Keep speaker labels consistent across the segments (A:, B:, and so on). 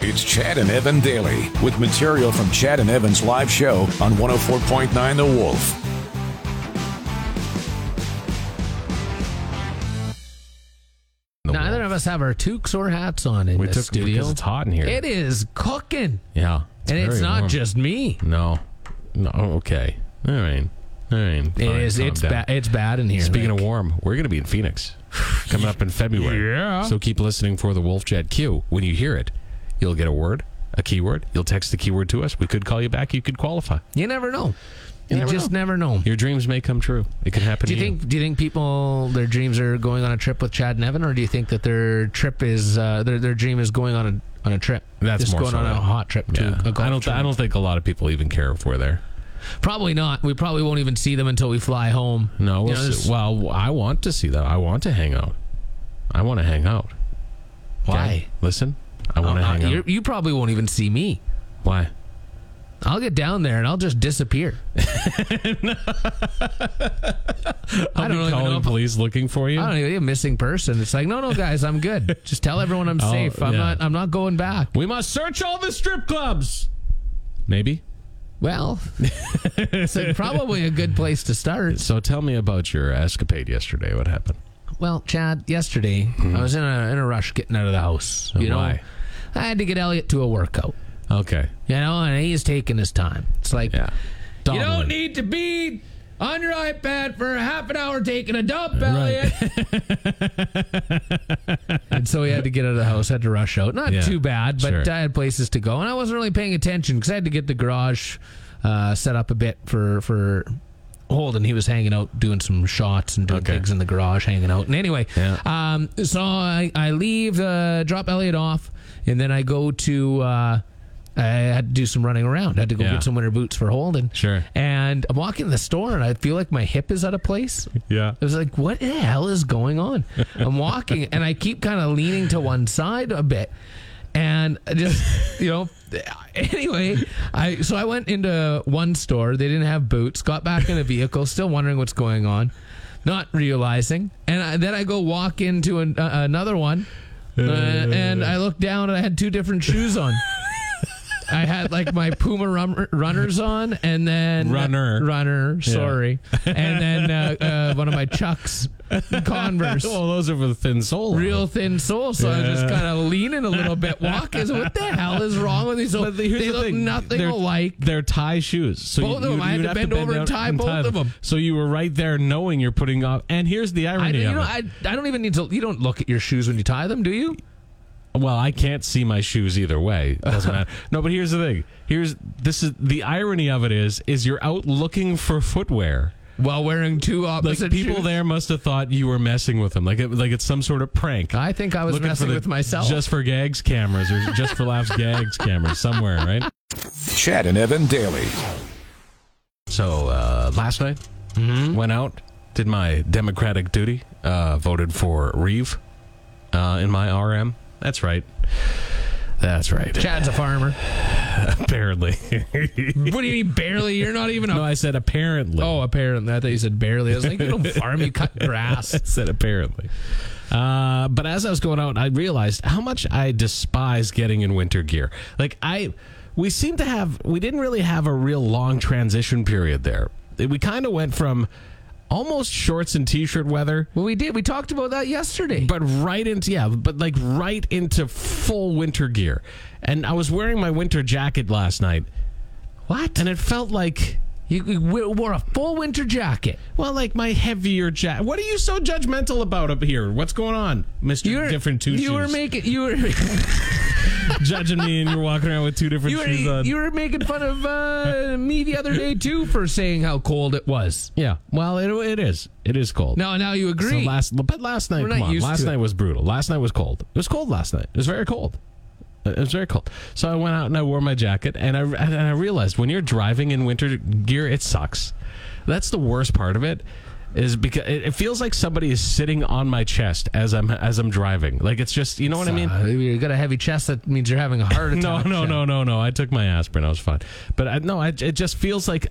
A: It's Chad and Evan Daily with material from Chad and Evan's live show on 104.9 The Wolf.
B: Neither of us have our toques or hats on in
C: We
B: this
C: took
B: studio.
C: because it's hot in here.
B: It is cooking,
C: yeah,
B: and it's
C: very
B: not
C: warm.
B: just me.
C: no, no. Okay, all right, all right.
B: It is. It's bad. It's bad in here.
C: Speaking
B: Like,
C: of warm, we're going to be in Phoenix coming up in February.
B: Yeah.
C: So keep listening for the Wolf Chat Q. When you hear it, you'll get a word, a keyword. You'll text the keyword to us. We could call you back. You could qualify.
B: you never know.
C: You
B: You,
C: never
B: just never know.
C: Your dreams may come true. It could happen.
B: Do you
C: to
B: think? Do you think people their dreams are going on a trip with Chad and Evan, or do you think that their trip is uh, their their dream is going on a on a trip?
C: That's
B: just
C: more
B: going
C: so
B: on a
C: that.
B: hot trip to
C: Yeah.
B: a golf
C: I don't.
B: trip.
C: I don't think a lot of people even care if we're there.
B: Probably not. We probably won't even see them until we fly home.
C: No.
B: You
C: We'll
B: know,
C: see.
B: this-
C: well, I want to see that. I want to hang out. I want to hang out.
B: why?
C: Okay? Listen, I want to
B: Uh,
C: hang
B: you're-
C: out.
B: you probably won't even see me.
C: Why?
B: I'll get down there and I'll just disappear. I don't
C: be
B: really
C: calling
B: know. If,
C: police looking for you.
B: I don't even a missing person. It's like, no, no, guys, I'm good. Just tell everyone I'm
C: Oh,
B: safe. I'm
C: yeah.
B: not. I'm not going back.
C: We must search all the strip clubs. Maybe.
B: Well, it's a- probably a good place to start.
C: So tell me about your escapade yesterday. What happened?
B: Well, Chad, yesterday I was in a in a rush getting out of the house. You know,
C: Hmm. Why?
B: I had to get Elliot to a workout.
C: Okay.
B: You know, and he's taking his time. It's like
C: Yeah.
B: you
C: Dominant.
B: don't need to be on your iPad for half an hour taking a dump, Elliot. and so we had to get out of the house, had to rush out. Not
C: Yeah.
B: too bad, but
C: Sure.
B: I had places to go, and I wasn't really paying attention because I had to get the garage uh, set up a bit for for Holden. He was hanging out doing some shots and doing
C: Okay.
B: gigs in the garage, hanging out. And anyway,
C: Yeah.
B: um, so I, I leave, uh, drop Elliot off, and then I go to. Uh, I had to do some running around. I had to go
C: Yeah.
B: get some winter boots for Holden.
C: Sure.
B: And I'm walking in the store, and I feel like my hip is out of place.
C: Yeah.
B: I was like, what the hell is going on? I'm walking and I keep kind of leaning to one side a bit. And I just, you know, anyway, I so I went into one store. They didn't have boots. Got back in a vehicle, still wondering what's going on, not realizing. And I, then I go walk into an, uh, another one, uh, and I look down and I had two different shoes on. I had like my Puma rum- runners on, and then
C: Runner.
B: runner, sorry, and then uh, uh, one of my Chucks Converse,
C: Well, those are for the thin soul.
B: real thin sole. So I'm just kind of leaning a little bit, walking. So what the hell is wrong with these? So
C: But the-
B: they
C: here's the
B: look
C: thing.
B: nothing
C: They're-
B: alike.
C: They're tie shoes. So
B: Both of them. I had
C: you'd
B: to
C: have
B: bend over
C: down
B: and tie both of them.
C: So you were right there, knowing you're putting off. And here's the
B: I,
C: irony
B: you
C: of
B: know,
C: it.
B: I, I don't even need to. You don't look at your shoes when you tie them, do you?
C: Well, I can't see my shoes either way. It doesn't matter. No, but here's the thing. Here's this is the irony of it is is you're out looking for footwear.
B: While wearing two
C: Like
B: opposite
C: people
B: shoes.
C: there must have thought you were messing with them. Like it, like it's some sort of prank.
B: I think I was
C: Looking for
B: messing
C: the
B: with myself.
C: Just for gags cameras or just for laughs gags cameras somewhere, right?
A: Chad and Evan Daily.
C: So uh, last night
B: Mm-hmm.
C: went out, did my democratic duty, uh, voted for Reeve uh, in my RM. That's right. That's right.
B: Chad's a farmer.
C: Apparently.
B: what do you mean barely? You're not even a
C: no, I said apparently.
B: Oh, apparently. I thought you said barely. I was like, you don't farm, you cut grass.
C: said apparently. Uh, but as I was going out, I realized how much I despise getting in winter gear. Like I, we seem to have, we didn't really have a real long transition period there. We kind of went from almost shorts and t-shirt weather,
B: Well, we did. We talked about that yesterday.
C: but right into yeah, but like right into full winter gear. And I was wearing my winter jacket last night,
B: what?
C: and it felt like.
B: You, you we- wore a full winter jacket.
C: Well, like my heavier jacket. What are you so judgmental about up here? What's going on, Mister?
B: You were
C: different two
B: You
C: shoes.
B: were making you were
C: judging me and you're walking around with two different
B: you were,
C: shoes on.
B: you were making fun of uh, me the other day too for saying how cold it was.
C: yeah. Well, it, it is. It is cold.
B: Now, now you
C: So
B: agree.
C: last, but last night,
B: We're
C: come
B: not
C: on,
B: used
C: last
B: to it.
C: night was brutal. Last night was cold. It was cold last night. It was very cold. Uh, It was very cold. So I went out and I wore my jacket, and I and I realized when you're driving in winter gear, it sucks. That's the worst part of it, is because it, it feels like somebody is sitting on my chest as I'm as I'm driving. Like it's just, you know what I mean?
B: Uh, you got a heavy chest. That means you're having a heart attack.
C: No, no,
B: Chad.
C: no, no, no. I took my aspirin. I was fine. But I, no, I, it just feels like.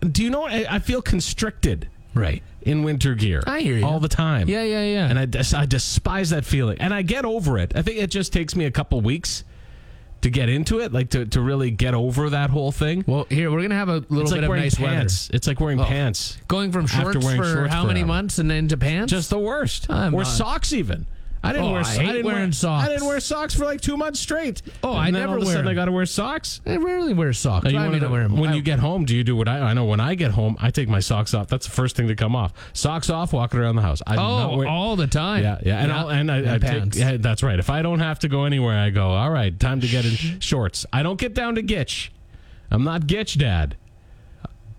C: Do you know? what? I, I feel constricted
B: Right.
C: in winter gear.
B: I hear you.
C: all the time.
B: Yeah, yeah, yeah.
C: And I, des- I despise that feeling. And I get over it. I think it just takes me a couple weeks to get into it, like to, to really get over that whole thing.
B: Well, here we're gonna have a little
C: It's
B: bit
C: like
B: of
C: wearing
B: nice
C: pants. It's like wearing
B: Oh.
C: pants.
B: weather. Going from
C: After
B: shorts for
C: wearing shorts
B: how many
C: forever.
B: months and then to pants?
C: Just the worst.
B: I'm
C: or
B: not-
C: socks even. I didn't
B: Oh,
C: wear.
B: I hate
C: didn't
B: wearing
C: wear,
B: socks.
C: I didn't wear socks for like two months straight.
B: Oh,
C: And
B: I
C: then
B: never
C: all of a
B: wear
C: sudden I
B: them.
C: got to wear socks.
B: I rarely wear socks.
C: Are you
B: I
C: one
B: mean,
C: of
B: I
C: the-
B: wear 'em.
C: when
B: I-
C: you get home, do you do what I? I know when I get home, I take my socks off. That's the first thing to come off. Socks off, walking around the house. I do not
B: oh
C: wear,
B: all the time.
C: Yeah, yeah, and I'll, and I, I take,
B: pants.
C: yeah, that's right. If I don't have to go anywhere, I go. All right, time to get in shorts. I don't get down to gitch. I'm not gitch dad,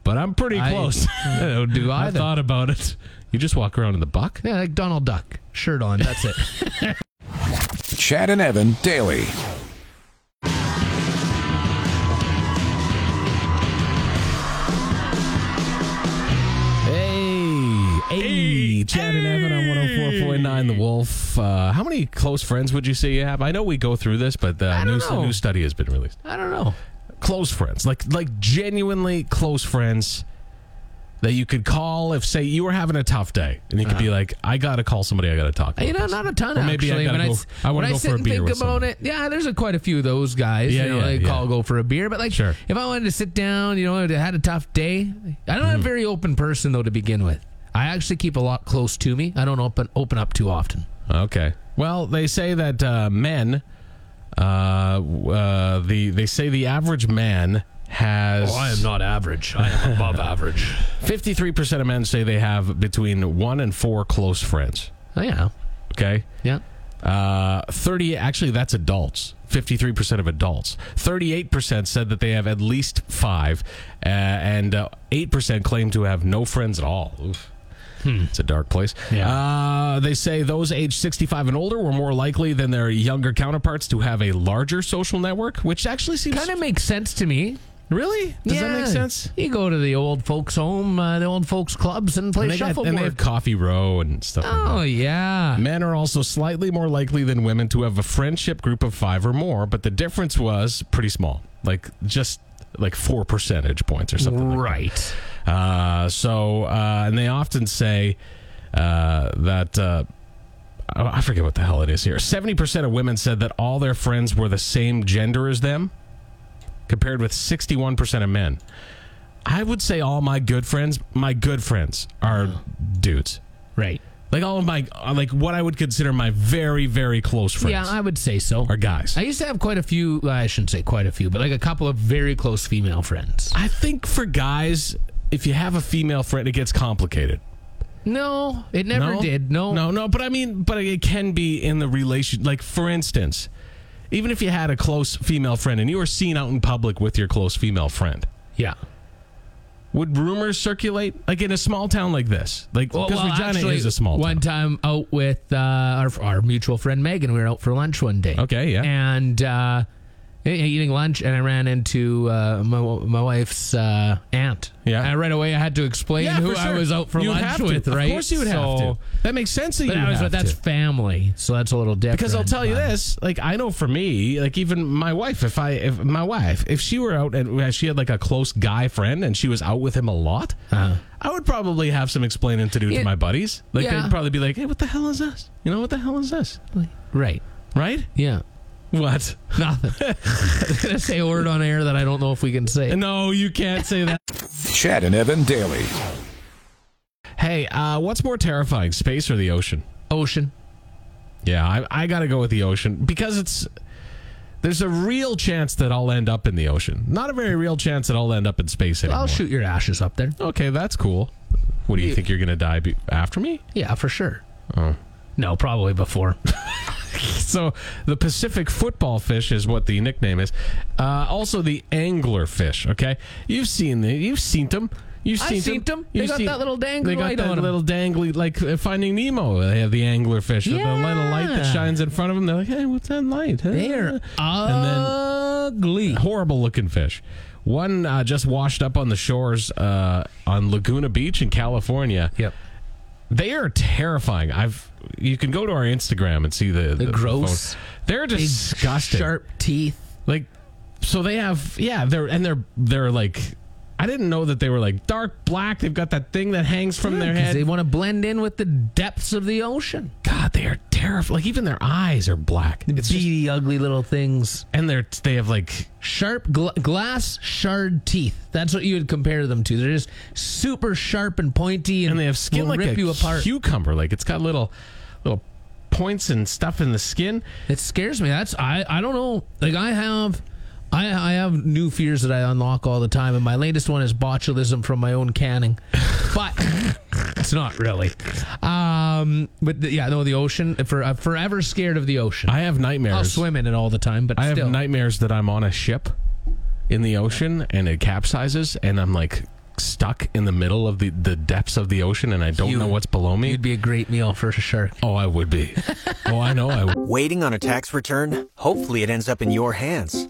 C: but I'm pretty
B: I-
C: close.
B: I don't do
C: I
B: either.
C: thought about it. You just walk around in the buck.
B: yeah, like Donald Duck shirt on. That's it.
A: Chad and Evan daily.
C: Hey, hey, Chad and Evan on 104.9 The Wolf. Uh, how many close friends would you say you have? I know we go through this, but the
B: I
C: new,
B: don't
C: the
B: know.
C: new study has been released.
B: I don't know.
C: close friends, like like genuinely close friends that you could call if say you were having a tough day and you could be like, I gotta call somebody, I gotta talk. to
B: Uh-huh. Uh, You know,
C: this."
B: not a ton
C: Or maybe I
B: actually.
C: gotta
B: when I,
C: go-
B: s-
C: I wanna
B: when
C: go for
B: sit
C: a
B: and
C: beer
B: think
C: with
B: about
C: someone.
B: it, yeah, there's a, quite a few of those guys.
C: Yeah,
B: you know,
C: yeah,
B: they
C: yeah.
B: call go for a beer, but like
C: Sure.
B: if I wanted to sit down, you know, I had a tough day. I'm
C: Hmm.
B: not a very open person though to begin with. I actually keep a lot close to me. I don't open open up too often.
C: Okay. Well, they say that uh, men, uh, w- uh, the they say the average man has.
B: Oh, not average. I am above average.
C: Fifty three percent of men say they have between one and four close friends.
B: Oh, yeah,
C: Okay.
B: yeah.
C: Uh, 30 actually that's adults 53% of adults 38% said that they have at least five uh, and uh, 8% claim to have no friends at all Oof. It's a dark place.
B: Hmm. Yeah.
C: Uh, they say those aged 65 and older were more likely than their younger counterparts to have a larger social network, which actually seems
B: Kind of makes sense to me.
C: really. Does that
B: Yeah.
C: make sense?
B: You go to the old folks' home, uh, the old folks' clubs, and play
C: And they, got-
B: shuffleboard.
C: and they have coffee row and stuff. like that.
B: oh yeah.
C: Men are also slightly more likely than women to have a friendship group of five or more, but the difference was pretty small, like just like four percentage points or something. like
B: Right.
C: that. Uh, so, uh, and they often say uh, that. Uh, I I forget what the hell it is here. 70% of women said that all their friends were the same gender as them, compared with 61% of men. I would say all my good friends, my good friends are dudes
B: Right.
C: like all of my uh, like what I would consider my very very close friends
B: Yeah, I would say so.
C: are guys.
B: I
C: I,
B: used to have quite a few. well, I shouldn't say quite a few, but like a couple of very close female friends.
C: think for guys, if you have a female friend, it gets complicated.
B: No, it never
C: no?
B: did. No,
C: no, no. But I mean, but it can be in the relation. Like for instance, even if you had a close female friend and you were seen out in public with your close female friend.
B: Yeah.
C: Would rumors circulate like in a small town like this? Like because Regina is a small
B: one
C: town.
B: time out with uh, our our mutual friend Megan, we were out for lunch one day.
C: Okay, yeah.
B: And uh, e- eating lunch, and I ran into uh, my my wife's uh, aunt.
C: Yeah.
B: And right away, I had to explain
C: yeah,
B: who
C: for
B: I
C: sure.
B: was out for
C: You'd have
B: lunch
C: to.
B: with. Right.
C: Of course, you would
B: So-
C: have to. That makes sense that
B: But
C: you
B: I
C: would
B: was,
C: have
B: that's
C: to.
B: family, so that's a little different.
C: Because I'll tell you
B: but-
C: this, like I know for me, like even my wife, if I, if my wife, if she were out and she had like a close guy friend and she was out with him a lot,
B: Uh-huh.
C: I would probably have some explaining to do to
B: Yeah.
C: my buddies. Like
B: Yeah.
C: they'd probably be like, "Hey, what the hell is this? You know what the hell is this?
B: Right.
C: Right?
B: Yeah.
C: What?
B: Nothing. I'm gonna say a word on air that I don't know if we can say.
C: No, you can't say that."
A: Chad and Evan daily.
C: hey, uh, what's more terrifying, space or the ocean?
B: Ocean.
C: Yeah, I, I got to go with the ocean because it's there's a real chance that I'll end up in the ocean. Not a very real chance that I'll end up in space anymore.
B: I'll shoot your ashes up there.
C: Okay, that's cool. What do you think you're gonna die be- after me?
B: Yeah, for sure. No, probably before.
C: So the Pacific football fish is what the nickname is. Uh, also the angler fish. Okay, you've seen the, you've seen them. You've
B: I've
C: seen
B: seen them. They
C: You've
B: got that little dangly
C: They got
B: light
C: that
B: on 'em.
C: little dangly, like uh, Finding Nemo. They have the angler fish with the little light that
B: Yeah.
C: shines in front of them. They're like, hey, what's that light? huh?"
B: They're ugly.
C: horrible looking fish. One uh, just washed up on the shores uh, on Laguna Beach in California.
B: Yep.
C: They are terrifying. I've you can go to our Instagram and see the, the,
B: gross,
C: photos. They're disgusting.
B: Sharp teeth.
C: Like so they have yeah, they're and they're they're like I didn't know that they were like dark black. They've got that thing that hangs from their
B: Because
C: head.
B: They want to blend in with the depths of the ocean.
C: God, they are terrifying. Like even their eyes are black. It's just,
B: Beady, ugly little things.
C: and they're they have like
B: Sharp gl- glass shard teeth. That's what you would compare them to. They're just super sharp and pointy, and,
C: and they have skin
B: will
C: like
B: rip
C: a
B: you apart.
C: cucumber. Like it's got little little points and stuff in the skin.
B: It scares me. That's I. I don't know. Like I have, I I have new fears that I unlock all the time, and my latest one is botulism from my own canning, but it's not really. Um, but the, yeah, no, the ocean. For I'm forever scared of the ocean.
C: I have nightmares.
B: I'll swim in it all the time, but
C: I have
B: still.
C: nightmares that I'm on a ship in the ocean and it capsizes and I'm like stuck in the middle of the, the depths of the ocean and I don't
B: You-
C: know what's below me.
B: You'd be a great meal for a shark.
C: oh, I would be. oh, I know I would.
D: Waiting on a tax return? Hopefully, it ends up in your hands.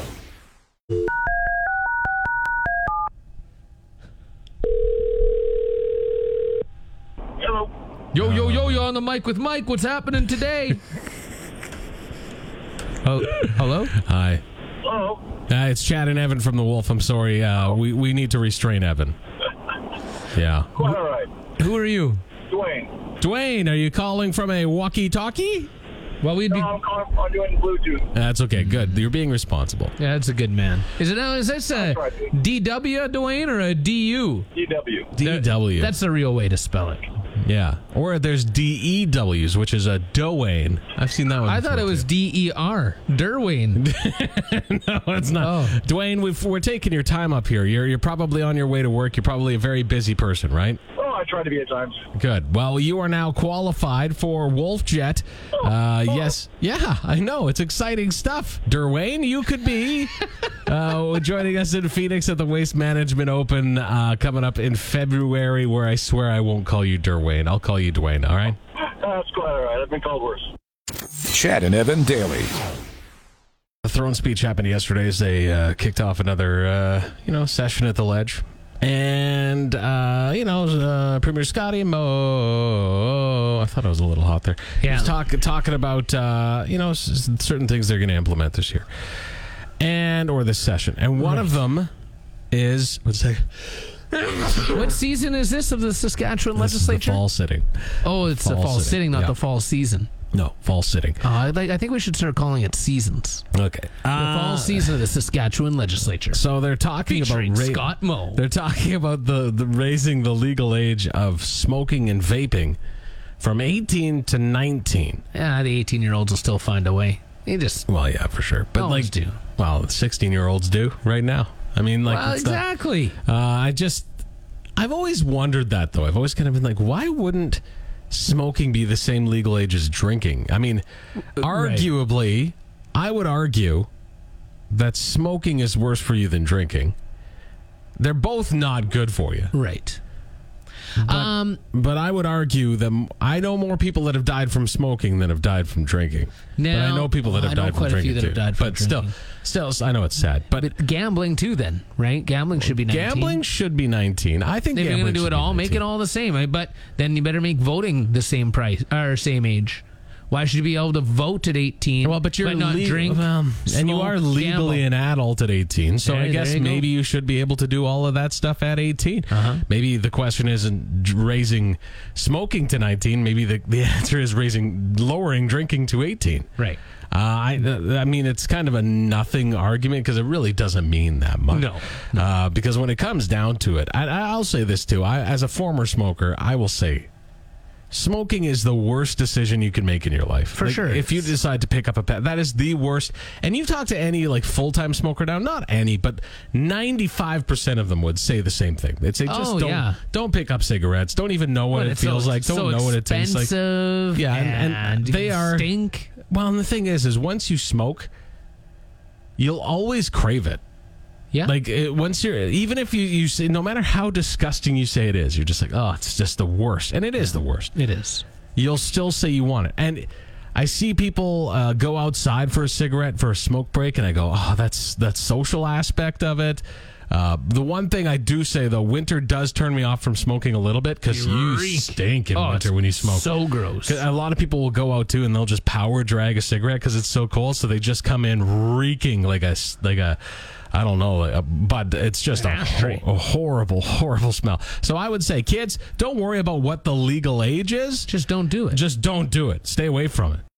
E: Hello.
B: Yo yo yo! You're on the mic with Mike. What's happening today? oh, hello.
C: Hi.
E: Hello.
C: Uh, it's Chad and Evan from The Wolf. I'm sorry. Uh, we, we need to restrain Evan. Yeah.
E: Quite all right.
B: Who are you?
E: Dwayne.
C: Dwayne, are you calling from a walkie talkie?
B: Well, we'd be.
E: No, I'm calling. I'm doing Bluetooth.
C: That's okay. Good. You're being responsible.
B: Yeah, that's a good man. Is it now? Is this a
E: right, dude.
B: DW Dwayne or a DU?
E: DW.
C: DW.
B: That's the real way to spell it.
C: yeah. Or there's DEWs, which is a Doane. I've seen that one.
B: I thought it
C: before,
B: was
C: too.
B: D E R Derwayne.
C: No, it's not.
B: Oh.
C: Dwayne, we've, we're taking your time up here. You're, you're probably on your way to work. You're probably a very busy person, right?
E: Oh, I try to be at times.
C: Good. Well, you are now qualified for WolfJet.
E: Oh,
C: Uh, yes. Yeah, I know. It's exciting stuff. Derwayne, you could be uh, joining us in Phoenix at the Waste Management Open uh, coming up in February, where I swear I won't call you Derwayne. I'll call you Dwayne, all right?
E: That's quite all right. I've been called worse.
A: Chad and Evan daily.
C: The throne speech happened yesterday as they uh, kicked off another, uh, you know, session at the ledge. And, uh, you know, uh, Premier Scotty Mo. I thought I was a little hot there. He
B: Yeah.
C: was talk, talking about, uh, you know, s- s- certain things they're going to implement this year and or this session. And one of them is, what's that?
B: what season is this of the Saskatchewan
C: This is the
B: legislature?
C: fall sitting.
B: oh, it's the
C: fall
B: fall
C: sitting,
B: sitting, not
C: yeah.
B: the fall season.
C: No, fall sitting.
B: Uh, I, like- I think we should start calling it seasons.
C: Okay.
B: The
C: Uh,
B: fall season of the Saskatchewan legislature.
C: So they're talking
B: Featuring
C: about ra-
B: Scott Moe.
C: They're talking about the, the raising the legal age of smoking and vaping from 18 to 19.
B: Yeah, the 18 year olds will still find a way. They just.
C: Well, yeah, for sure. But
B: Always
C: like,
B: do.
C: well, 16 year olds do right now. I mean, like,
B: Well,
C: it's not-
B: exactly.
C: uh, I just, I've always wondered that though. I've always kind of been like, why wouldn't smoking be the same legal age as drinking? I mean,
B: Uh,
C: arguably, I would argue that smoking is worse for you than drinking. They're both not good for you.
B: right. um,
C: But I would argue that m- I know more people that have died from smoking than have died from drinking. but I
B: No,
C: know people that have
B: I know
C: died from
B: quite a
C: drinking
B: few that have
C: too.
B: died from
C: but
B: drinking.
C: still, still, I know it's sad. But,
B: but gambling too, then, right? Gambling should be 19.
C: gambling should be 19. I think
B: If you're
C: gambling
B: gonna do
C: should
B: it
C: be
B: all, make
C: 19.
B: it all the same. I- But then you better make voting the same price or same age. Why should you be able to vote at 18?
C: Well, but you're
B: not
C: le-
B: drink,
C: well, and you
B: smoke,
C: are legally an
B: gamble?
C: adult at 18. So
B: Hey,
C: I
B: there
C: guess
B: you go. Uh-huh.
C: maybe you should be able to do all of that stuff at 18. Maybe the question isn't d- raising smoking to 19. Maybe the, the answer is raising lowering drinking to 18.
B: Right.
C: Uh, I th- I mean it's kind of a nothing argument because it really doesn't mean that much.
B: No.
C: Uh, because when it comes down to it, I, I'll say this too. I, as a former smoker, I will say smoking is the worst decision you can make in your life for
B: sure.
C: if you decide to pick up a pet that is the worst and you talk to any like full-time smoker now not any but 95% of them would say the same thing they'd say just
B: Oh,
C: don't
B: yeah.
C: don't pick up cigarettes don't even know what
B: But
C: it
B: it's
C: feels
B: so,
C: like don't
B: so
C: know what it tastes like
B: expensive,
C: Yeah, and- and
B: you
C: they are-
B: stink.
C: well, and the thing is, is once you smoke, you'll always crave it.
B: Yeah.
C: Like it, once you're, even if you you say, no matter how disgusting you say it is, you're just like, oh, it's just the worst, and it is the worst.
B: It is.
C: You'll still say you want it, and I see people uh, go outside for a cigarette for a smoke break, and I go, oh, that's that social aspect of it. Uh, the one thing I do say though, winter does turn me off from smoking a little bit because you
B: Reek.
C: stink in
B: Oh,
C: winter
B: it's
C: when you smoke.
B: So gross.
C: 'Cause A lot of people will go out too, and they'll just power drag a cigarette because it's so cold. So they just come in reeking like a s- like a, I don't know, like a, but it's just a, ho-
B: ashtray.
C: a horrible, horrible smell. So I would say, kids, don't worry about what the legal age is.
B: Just don't do it.
C: Just don't do it. Stay away from it.